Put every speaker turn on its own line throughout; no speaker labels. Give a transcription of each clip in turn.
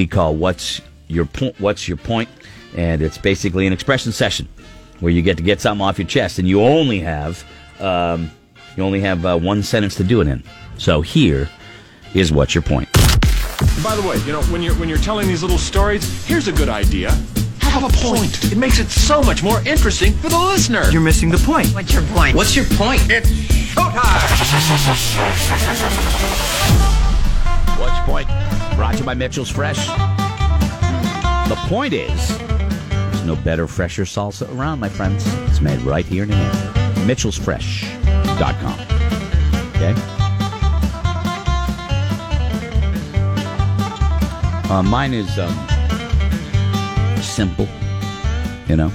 we call "What's Your Point?" What's your point? And it's basically an expression session where you get to get something off your chest, and you only have um, you only have uh, one sentence to do it in. So here is what's your point.
By the way, you know, when you're when you're telling these little stories, here's a good idea. Have a point. It makes it so much more interesting for the listener.
You're missing the point.
What's your point?
What's your point?
It's showtime.
What's your point? Brought to you by Mitchell's Fresh. The point is, there's no better, fresher salsa around, my friends. It's made right here in New Hampshire. Mitchell'sFresh.com. Okay. Uh, mine is um, simple, you know.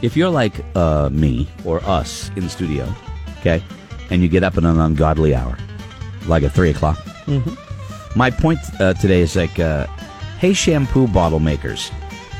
If you're like uh, me or us in the studio, okay, and you get up at an ungodly hour, like at three o'clock, mm-hmm. my point uh, today is like, hey, shampoo bottle makers,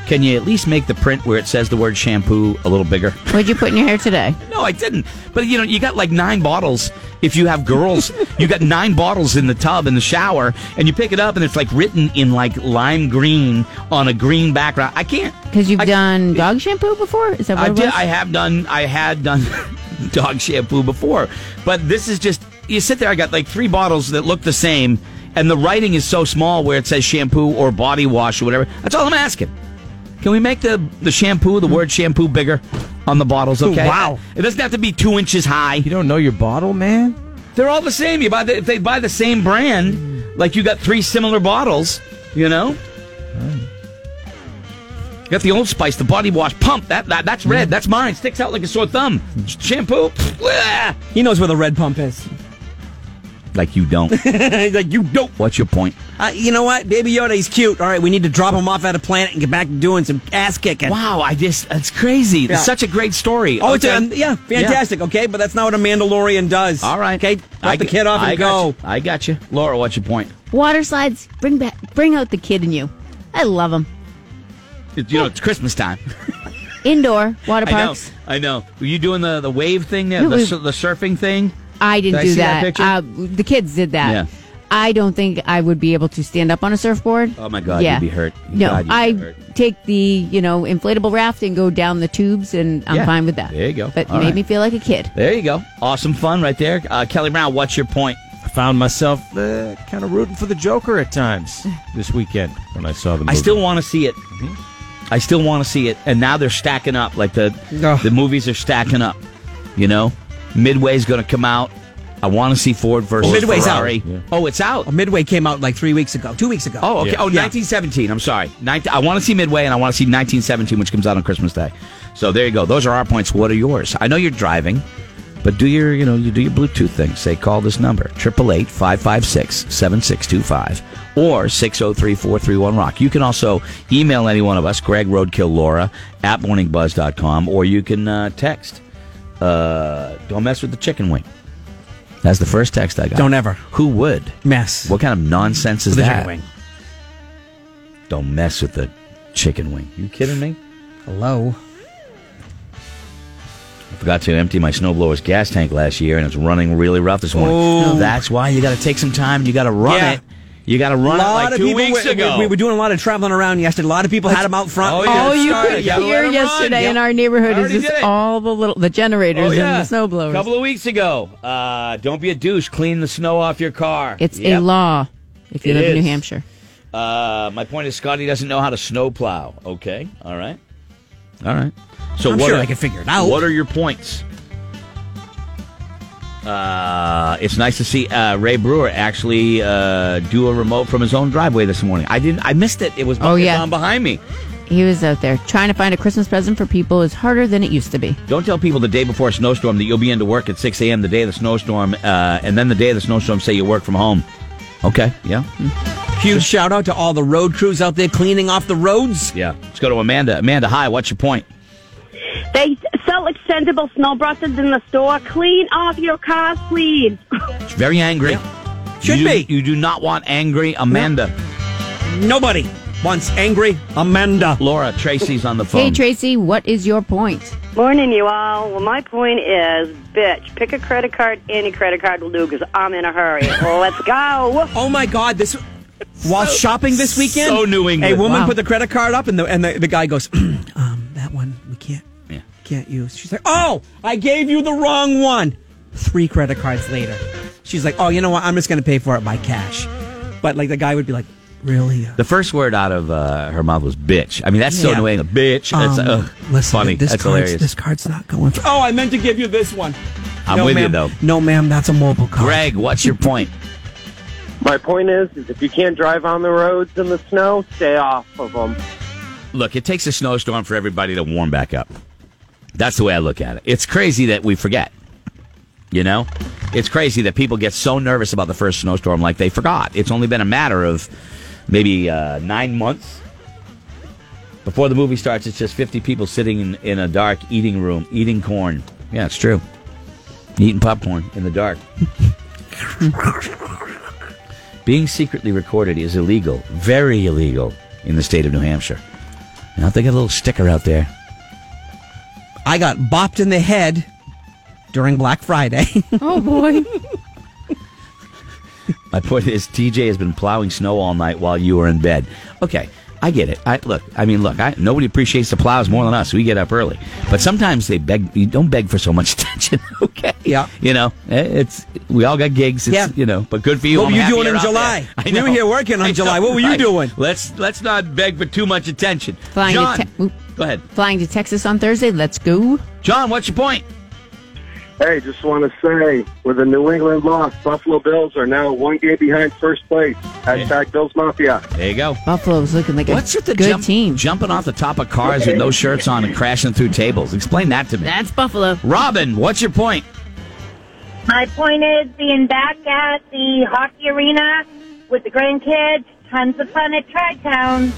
can you at least make the print where it says the word shampoo a little bigger?
What'd you put in your hair today?
no, I didn't. But you know, you got like nine bottles if you have girls, you got nine bottles in the tub in the shower, and you pick it up, and it's like written in like lime green on a green background. I can't
because you've
I,
done dog shampoo before. Is that what
I
it
did?
was?
I have done. I had done dog shampoo before, but this is just you sit there. I got like three bottles that look the same, and the writing is so small where it says shampoo or body wash or whatever. That's all I'm asking. Can we make the, the shampoo, the word shampoo, bigger on the bottles? Okay.
Ooh, wow.
It doesn't have to be two inches high.
You don't know your bottle, man?
They're all the same. You buy the, if they buy the same brand, like you got three similar bottles, you know. You got the Old Spice, the body wash, pump. That, that that's red. That's mine. Sticks out like a sore thumb. Shampoo. blah.
He knows where the red pump is.
Like you don't.
like you don't.
What's your point?
Uh, you know what, Baby Yoda, he's cute. All right, we need to drop him off at a planet and get back to doing some ass kicking.
Wow, I just that's crazy. It's
Yeah.
such a great story.
Oh, it's
Okay.
a, yeah, fantastic. Okay, but that's not what a Mandalorian does.
All right.
okay, drop
I
the
g-
kid off
I
and
got
go.
you. I got you, Laura. What's your point?
Water slides. Bring back. Bring out the kid in you. I love them.
You know, it's Christmas time.
Indoor water
I know.
parks.
I know. Were you doing the, the wave thing, the,
No,
the,
we-
sur- the surfing thing?
I didn't
Did I
do
see that picture?
Uh, the kids did that.
Yeah.
I don't think I would be able to stand up on a surfboard.
Oh, my God,
Yeah.
you'd be hurt.
No,
God, you'd be
I
hurt.
take the you know inflatable raft and go down the tubes, and I'm
Yeah.
fine with that.
There you go.
But
All
made
right.
me feel like a kid.
There you go. Awesome fun right there. Uh, Kelly Brown, what's your point?
I found myself uh, kind of rooting for the Joker at times this weekend when I saw the movie.
I still want to see it. I still want to see it. And now they're stacking up. Like the
Ugh.
the movies are stacking up. You know, Midway's going to come out. I want to see Ford versus
Midway's out.
Ferrari. Oh, it's out.
Oh, Midway came out like three weeks ago, two weeks ago.
Oh, okay.
Yeah.
Oh,
Yeah.
1917. I'm sorry. 19, I want to see Midway and I want to see 1917, which comes out on Christmas Day. So there you go. Those are our points. What are yours? I know you're driving, but do your, you know, you do your Bluetooth thing. Say, call this number, 888 556 7625 or 603 431 Rock. You can also email any one of us, Greg Roadkill Laura at morningbuzz.com, or you can uh, text, uh, don't mess with the chicken wing. That's the first text I got.
Don't ever.
Who would?
mess.
What kind of nonsense is
the
that?
chicken wing?
Don't mess with the chicken wing. You kidding me?
Hello.
I forgot to empty my snowblower's gas tank last year, and it's running really rough this morning.
Oh.
That's why you got to take some time. and You got to run
Yeah.
it. You got to run
a
it
lot
like
of
two
people
weeks
we,
ago.
We, we were doing a lot of traveling around yesterday. A lot of people had them out front.
Oh, yeah.
All you
started.
could
You gotta let
hear
'em run.
yesterday
Yep.
in our neighborhood
I
is
already
just
did it.
all the little the generators
Oh, yeah.
and the snowblowers.
couple of weeks ago. Uh, don't be a douche. Clean the snow off your car.
it's
Yep.
a law if you
It
live in
is.
New Hampshire.
Uh, my point is, Scotty doesn't know how to snowplow. Okay, all right, all right. So
I'm
what
sure
are,
I can figure it out.
What are your points? Uh, it's nice to see uh, Ray Brewer actually uh, do a remote from his own driveway this morning. I didn't. I missed it. It was
Oh,
it's
yeah.
on behind me.
He was out there trying to find a Christmas present for people is harder than it used to be.
Don't tell people the day before a snowstorm that you'll be into work at 6 a.m. the day of the snowstorm, uh, and then the day of the snowstorm say you work from home. Okay. Yeah.
Hmm. Huge shout out to all the road crews out there cleaning off the roads.
Yeah. Let's go to Amanda. Amanda, hi. What's your point?
They sell extendable snow brushes in the store. Clean off your cars, please.
She's very angry.
Should
you do-
be.
You do not want angry Amanda.
Nobody wants angry Amanda.
Laura, Tracy's on the phone.
Hey Tracy, what is your point?
Morning, you all. Well, my point is, bitch, pick a credit card. Any credit card will do because I'm in a hurry. Let's go.
Oh my God, this While shopping this weekend,
so New England.
a woman
Wow.
put the credit card up, and the and the, the guy goes, um, "That one we can't
Yeah.
can't use." She's like, "Oh, I gave you the wrong one." Three credit cards later, she's like, "Oh, you know what? I'm just going to pay for it by cash." But like the guy would be like, "Really?"
The first word out of uh, her mouth was bitch. I mean, that's so
Yeah.
New England. Bitch. That's
Um,
uh,
listen,
funny.
This
That's
card's,
hilarious.
This card's not going. For- oh, I meant to give you this one.
I'm
no,
with you,
ma'am.
though.
No, ma'am, that's a mobile card.
Greg, what's your point?
My point is, is if you can't drive on the roads in the snow, stay off of them.
Look, it takes a snowstorm for everybody to warm back up. That's the way I look at it. It's crazy that we forget. You know? It's crazy that people get so nervous about the first snowstorm like they forgot. It's only been a matter of maybe uh, nine months. Before the movie starts, it's just 50 people sitting in, in a dark eating room, eating corn. Yeah, it's true. Eating popcorn in the dark. Being secretly recorded is illegal, very illegal, in the state of New Hampshire. Now, they got a little sticker out there.
I got bopped in the head during Black Friday.
Oh boy.
My point is, TJ has been plowing snow all night while you were in bed. Okay, I get it. I look. I mean, look. I, nobody appreciates the plows more than us. We get up early, but sometimes they beg. You don't beg for so much attention. Okay.
Yeah.
You know, eh, it's we all got gigs. It's,
Yeah.
You know, but good for you.
What
I'm
were you
happy
doing
you're
in
out there.
July?
I
We were
know.
here working on
I know,
July. What were you
right.
doing?
Let's let's not beg for too much attention.
Flying
John,
to te- oop.
go ahead.
Flying to Texas on Thursday. Let's go.
John, what's your point?
Hey, just want to say, with the New England loss, Buffalo Bills are now one game behind first place. Hashtag Bills Mafia.
There you go.
Buffalo's looking like a
What's with the
good
jump-
team.
jumping off the top of cars with no shirts on and crashing through tables? Explain that to me.
That's Buffalo.
Robin, what's your point?
My point is being back at the hockey arena with the grandkids. Tons of fun at Tri Town.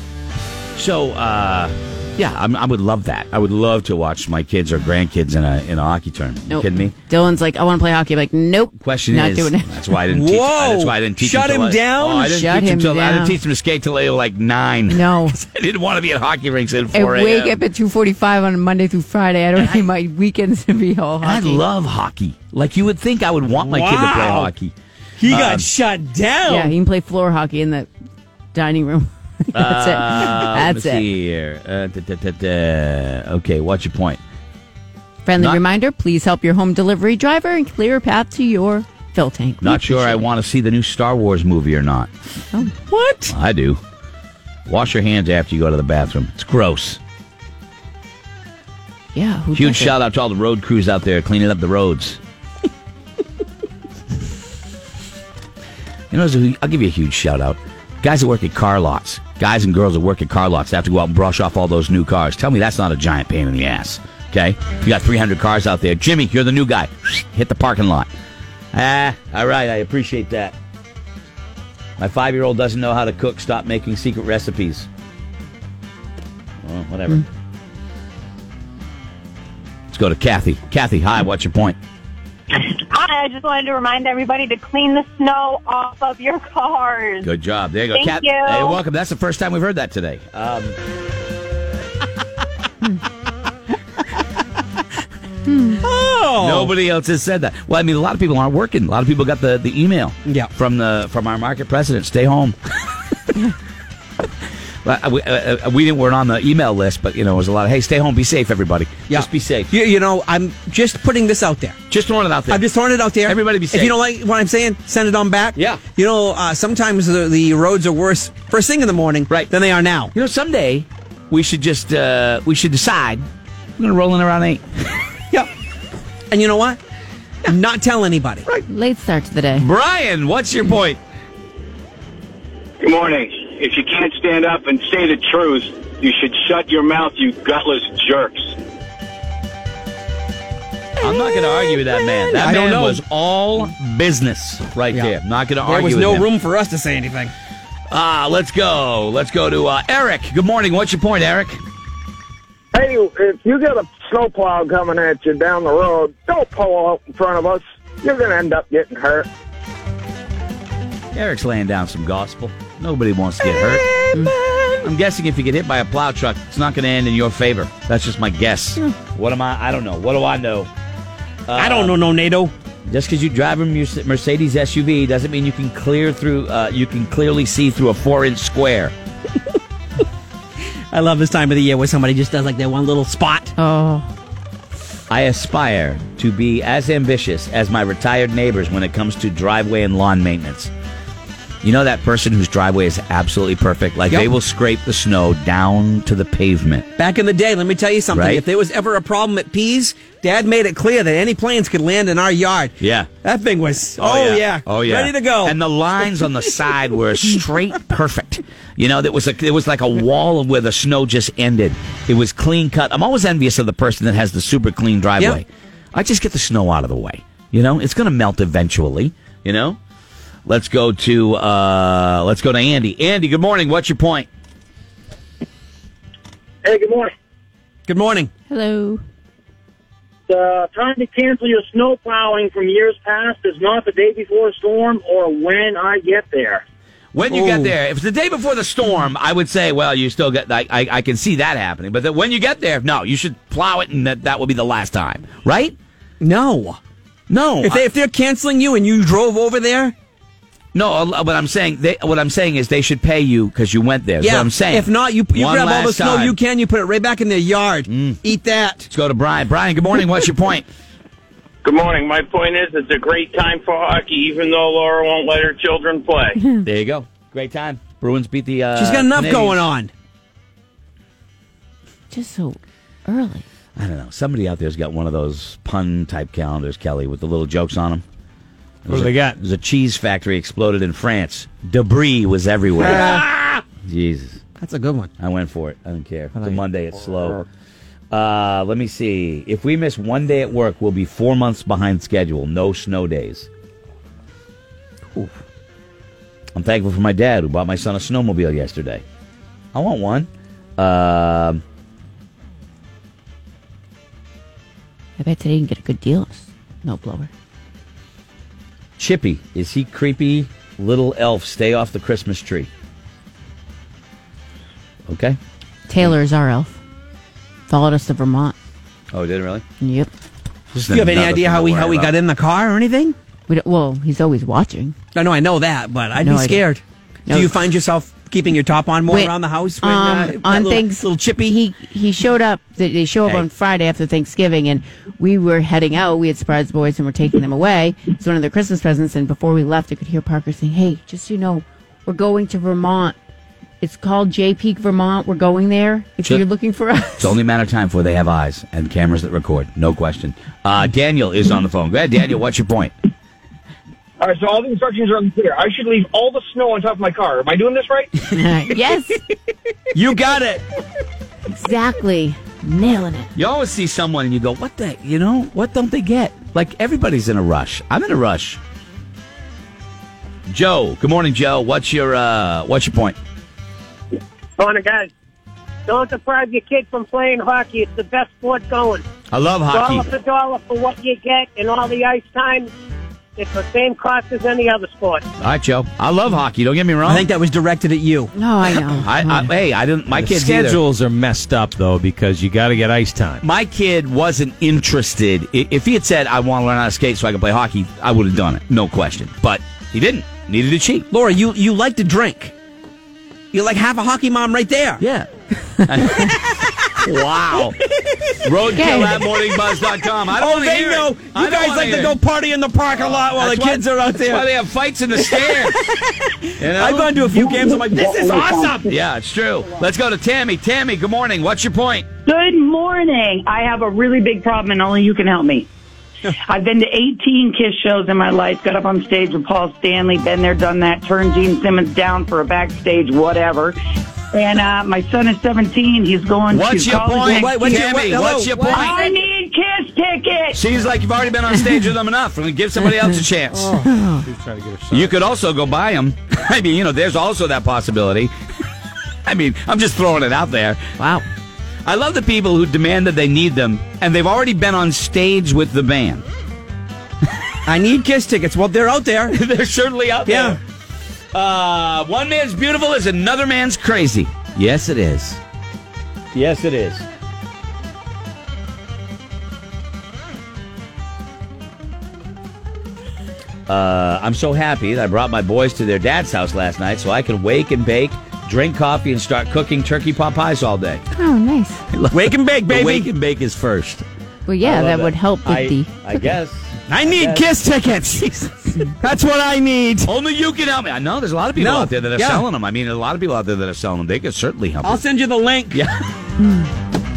So, uh, yeah, I'm, I would love that. I would love to watch my kids or grandkids in a in a hockey tournament. You
Nope.
kidding me?
Dylan's like, I want to play hockey. I'm like, nope.
Question
not
is,
doing it.
that's why I didn't. Teach,
Whoa!
that's why I didn't teach.
Shut
till
him
I-
down?
Oh, I didn't
Shut
teach
him
till, I didn't
down.
teach him to skate till they were like nine.
No.
I didn't want to be at hockey rinks at
I
four a.m.
wake up at 2:45 on Monday through Friday. I don't think my weekends to be all
And I
hockey.
love hockey. Like you would think, I would want my kid to play
Wow.
hockey. Uh,
He got shut down.
yeah, you can play floor hockey in the dining room.
Uh,
That's it. That's
let me
it.
see here. Uh, da, da, da, da. Okay, what's your point?
Friendly
Not-
reminder: please help your home delivery driver and clear a path to your fill tank. We
Not sure I
appreciate it.
want to see the new Star Wars movie or not.
What?
I do. Wash your hands after you go to the bathroom. It's gross.
Yeah, who
Huge
doesn't?
shout out to all the road crews out there cleaning up the roads. you know, there's a- I'll give you a huge shout out. Guys that work at car lots, guys and girls that work at car lots, they have to go out and brush off all those new cars. Tell me that's not a giant pain in the ass. Okay, you got 300 cars out there. Jimmy, you're the new guy. Hit the parking lot. Ah, all right, I appreciate that. My five-year-old doesn't know how to cook. Stop making secret recipes. Well, whatever. Let's go to Kathy. Kathy, hi. What's your point?
Hi, I just wanted to remind everybody to clean the snow off of your cars.
Good job. There you go.
Thank
Kat-
you.
Hey, welcome. That's the first time we've heard that today. Um,
Oh.
Nobody else has said that. Well, I mean, a lot of people aren't working. A lot of people got the, the email
Yeah.
from the from our market president. Stay home. Well, I- we, uh, uh, we didn't weren't on the email list, but you know, it was a lot of hey, stay home, be safe, everybody.
Yeah.
Just be safe.
You, you know, I'm just putting this out there.
Just throwing it out there.
I'm just throwing it out there.
Everybody be safe.
If you don't like what I'm saying, send it on back.
Yeah.
You know, uh, sometimes the, the roads are worse first thing in the morning
Right.
than they are now.
you know, someday we should just uh, we should decide we're gonna roll in around eight.
Yep. And you know what? Not tell anybody. Right.
Late start to the day.
Brian, what's your point?
Good morning. If you can't stand up and say the truth, you should shut your mouth, you gutless jerks.
I'm not going to argue with that man. That
I
man
don't know.
was all business right
Yeah.
there. I'm not going to
There
argue
was
with
no
him.
room for us to say anything.
Ah, let's go. Let's go to uh, Eric. Good morning. What's your point, Eric?
Hey, if you get a snowplow coming at you down the road, don't pull out in front of us. You're going to end up getting hurt.
Eric's laying down some gospel. Nobody wants to get hurt. Hmm. I'm guessing if you get hit by a plow truck, it's not going to end in your favor.
Hmm.
That's just my guess. What am I? I don't know. What do I know?
I don't know no NATO.
Just because you drive a Merce- Mercedes SUV doesn't mean you can clear through. Uh, you can clearly see through a four-inch square.
I love this time of the year where somebody just does like their one little spot.
Oh,
I aspire to be as ambitious as my retired neighbors when it comes to driveway and lawn maintenance. You know that person whose driveway is absolutely perfect. Like
Yep.
they will scrape the snow down to the pavement.
Back in the day, let me tell you something.
Right.
If there was ever a problem at Pease, Dad made it clear that any planes could land in our yard.
Yeah.
That thing was, oh, yeah.
Oh yeah.
Ready to go.
And the lines on the side were straight perfect. You know, there was a there was like a wall of where the snow just ended. It was clean cut. I'm always envious of the person that has the super clean driveway.
Yep.
I just get the snow out of the way. You know, it's going to melt eventually, you know? Let's go to uh let's go to Andy. Andy, good morning. What's your point?
Hey, good morning.
Good morning.
hello.
The time to cancel your snow plowing from years past is not the day before a storm or when I get there.
When you get
Ooh.
there, if it's the day before the storm, I would say, well, you still get. I, I, I can see that happening. But then when you get there, no, you should plow it, and that that will be the last time, right?
No.
No,
If, they, if they're canceling you and you drove over there,
No, uh, what I'm saying, they, what I'm saying is they should pay you because you went there. Is
yeah.
what I'm saying.
If not, you, you
One
grab all
last
the snow
time. Mm.
you can, you put it right back in their yard. Eat that.
Let's go to Brian. Brian, good morning. What's your point?
Good morning. My point is it's a great time for hockey, even though Laura won't let her children play.
there you go. Great time. Bruins beat the. Uh,
She's got enough
Canadiens.
going on.
Just so early.
I don't know. Somebody out there's got one of those pun type calendars, Kelly, with the little jokes on them.
What do they got?
There's a cheese factory exploded in France. Debris was everywhere. Jesus.
That's a good one.
I went for it. I don't care. It's a
like-
Monday. It's slow. Uh, let me see. If we miss one day at work, we'll be four months behind schedule. No snow days. I'm thankful for my dad who bought my son a snowmobile yesterday. I want one. Um
I bet they didn't get a good deal. No blower.
Chippy, is he creepy? Little elf, stay off the Christmas tree. Okay.
Taylor is our elf. Followed us to Vermont.
Oh, did it really?
Yep.
Do you have any idea how we how we got in the car or anything?
We don't, well, he's always watching.
I know I know that, but I'd
No
be
idea.
scared.
No.
Do you find yourself keeping your top on more
Wait,
around the house when
um,
uh, that
on
little,
things
little chippy?
He he showed up. They they show up
Hey.
on Friday after Thanksgiving, and we were heading out. We had surprised the boys and we're taking them away. It's one of their Christmas presents. And before we left, I could hear Parker saying, "Hey, just so you know, we're going to Vermont. It's called J Peak, Vermont. We're going there. If
Sure.
you're looking for us,
It's only a matter of time before they have eyes and cameras that record. No question. Uh, Daniel is on the phone. Go ahead, Daniel. What's your point?
All right, so all the instructions are unclear. I should leave all the snow on top of my car. Am I doing this right?
yes,
You got it.
exactly, nailing it.
You always see someone and you go, "What the? You know, what don't they get?" Like everybody's in a rush. I'm in a rush. Joe, good morning, Joe. What's your uh, what's your point?
Morning, guys. Don't deprive your kid from playing hockey. It's the best sport going.
I love
Dollar
hockey.
for dollar for what you get and all the ice time. It's the same cost as any other sport.
All right, Joe. I love hockey. Don't get me wrong.
I think that was directed at you.
No, I know.
I, I,
Hmm.
hey, I didn't. My
The
kids either.
schedules are messed up though because you got to get ice time.
my kid wasn't interested. I- If he had said, I want to learn how to skate so I can play hockey, I would have done it. No question. But he didn't. Neither did she.
Laura, you, you like to drink. You're like half a hockey mom right there.
Yeah. wow. Roadkill at morningbuzz.com. I don't
Oh,
want to
they
hear
know.
it. I
You
don't
guys
wanna
like to
hear
go
it. Oh,
party in the parking lot while
That's
the
why-
kids are out
That's why
there.
they have fights in the stands. You know?
I've gone to a few games. I'm like, this is awesome.
Yeah, it's true. Let's go to Tammy. Tammy, good morning. What's your point?
Good morning. I have a really big problem, and only you can help me. I've been to 18 Kiss shows in my life, got up on stage with Paul Stanley, been there, done that, turned Gene Simmons down for a backstage, whatever. And uh, my son is 17. He's going
What's
to
your
college
point?
next
Wait, what's your-
Tammy,
what- hello,
what's your
what-
point?
I need Kiss tickets.
Seems like you've already been on stage with them enough. We're going to give somebody else a chance. You could also go buy them. I mean, you know, there's also that possibility. I mean, I'm just throwing it out there.
Wow.
I love the people who demand that they need them, and they've already been on stage with the band.
I need kiss tickets. Well, they're out there.
They're certainly out
Yeah.
there. Uh, one man's beautiful is another man's crazy. Yes, it is. Yes, it is. Uh, I'm so happy that I brought my boys to their dad's house last night so I could wake and bake, drink coffee, and start cooking turkey pot pies all day.
Oh, nice.
Wake and bake, baby. wake and bake is first. I
Well, yeah,
love
that
it.
would help with
I-
the.
I guess.
I need kiss tickets. That's what I need.
Only you can help me. I know there's a lot of people
No.
out there that are
Yeah.
selling them. I mean, a lot of people out there that are selling them. They could certainly help.
I'll
us.
send you the link.
Yeah.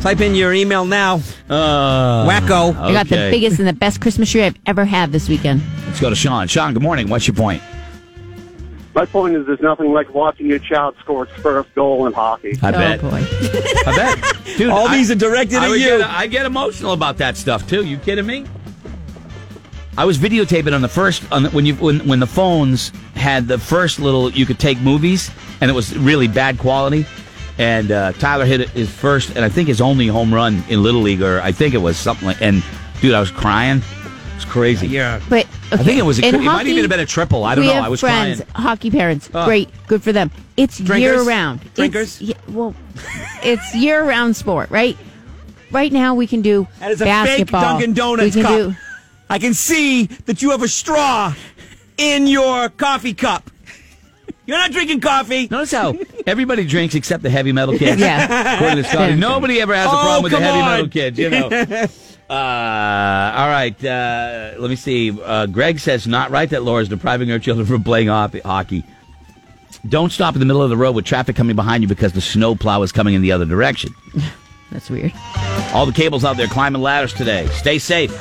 Type in your email now.
Uh,
Wacko.
I got the
okay.
biggest and the best Christmas tree I've ever had this weekend.
Let's go to Sean. Sean, good morning. What's your point?
My point is, there's nothing like watching your child score its first goal in hockey.
I
oh
bet.
boy!
I bet. Dude,
All
I-
these are directed
I
at
would
you.
Get, I get emotional about that stuff too. You kidding me? I was videotaping on the first on the, when you when when the phones had the first little you could take movies and it was really bad quality. And uh, Tyler hit his first and I think his only home run in Little League or I think it was something like. And dude, I was crying. It was crazy.
Yeah.
But okay.
I think it was. A,
In
it might
hockey,
even have been a triple. I don't
we
know.
Have
I was
friends,
crying.
hockey parents.
Oh.
Great, good for them. It's year
Drinkers?
round. It's-
Drinkers?
yeah, well, it's year round sport, right? Right now we can do
That is a
basketball.
fake Dunkin' Donuts
we can
cup.
do
I can see that you have a straw in your coffee cup. You're not drinking coffee.
Notice how everybody drinks except the heavy metal kids.
Yeah.
According to Scotty,
Yeah.
nobody ever has a
Oh,
problem with the
come
heavy
on.
metal kids, you know. Uh, all right. Uh, let me see. Uh, Greg says, not right that Laura's depriving her children from playing hop- hockey. Don't stop in the middle of the road with traffic coming behind you because the snow plow is coming in the other direction.
That's weird.
All the cables out there climbing ladders today. Stay safe.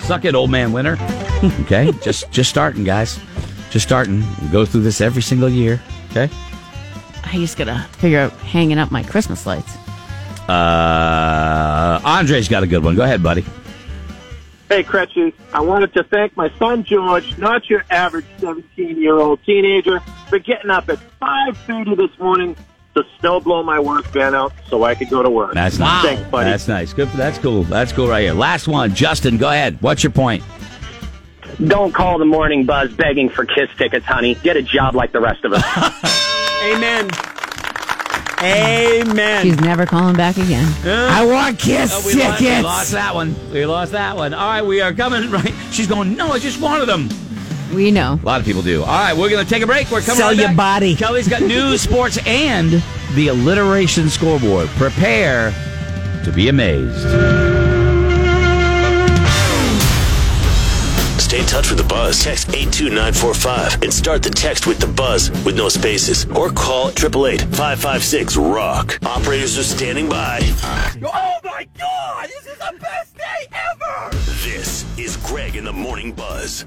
Suck it, old man winter. Okay, just just starting, guys. Just starting. We go through this every single year. Okay.
I just gotta figure out hanging up my Christmas lights.
Uh, Andre's got a good one. Go ahead, buddy.
Hey, Cretchen, I wanted to thank my son George, not your average 17-year-old teenager, for getting up at 5.30 this morning to snow blow my work van out so I could go to work.
That's nice.
Thanks, buddy.
That's nice. Good. That's cool. That's cool right here. Last one, Justin. Go ahead. What's your point?
Don't call the morning buzz begging for kiss tickets, honey. Get a job like the rest of us.
Amen. Amen.
She's never calling back again.
Uh,
I want kiss
Oh, we lost, we lost that one. We lost that one. All right, we are coming. Right. She's going. No, I just wanted them.
We know.
A lot of people do. All right, we're going to take a break. We're coming
Sell
right
your
back.
body.
Kelly's got news, sports, and the alliteration scoreboard. Prepare to be amazed.
Stay in touch with the buzz. Text 82945 and start the text with the buzz with no spaces. Or call 888 556 Rock. Operators are standing by.
Oh my god, this is the best day ever!
This is Greg in the Morning Buzz.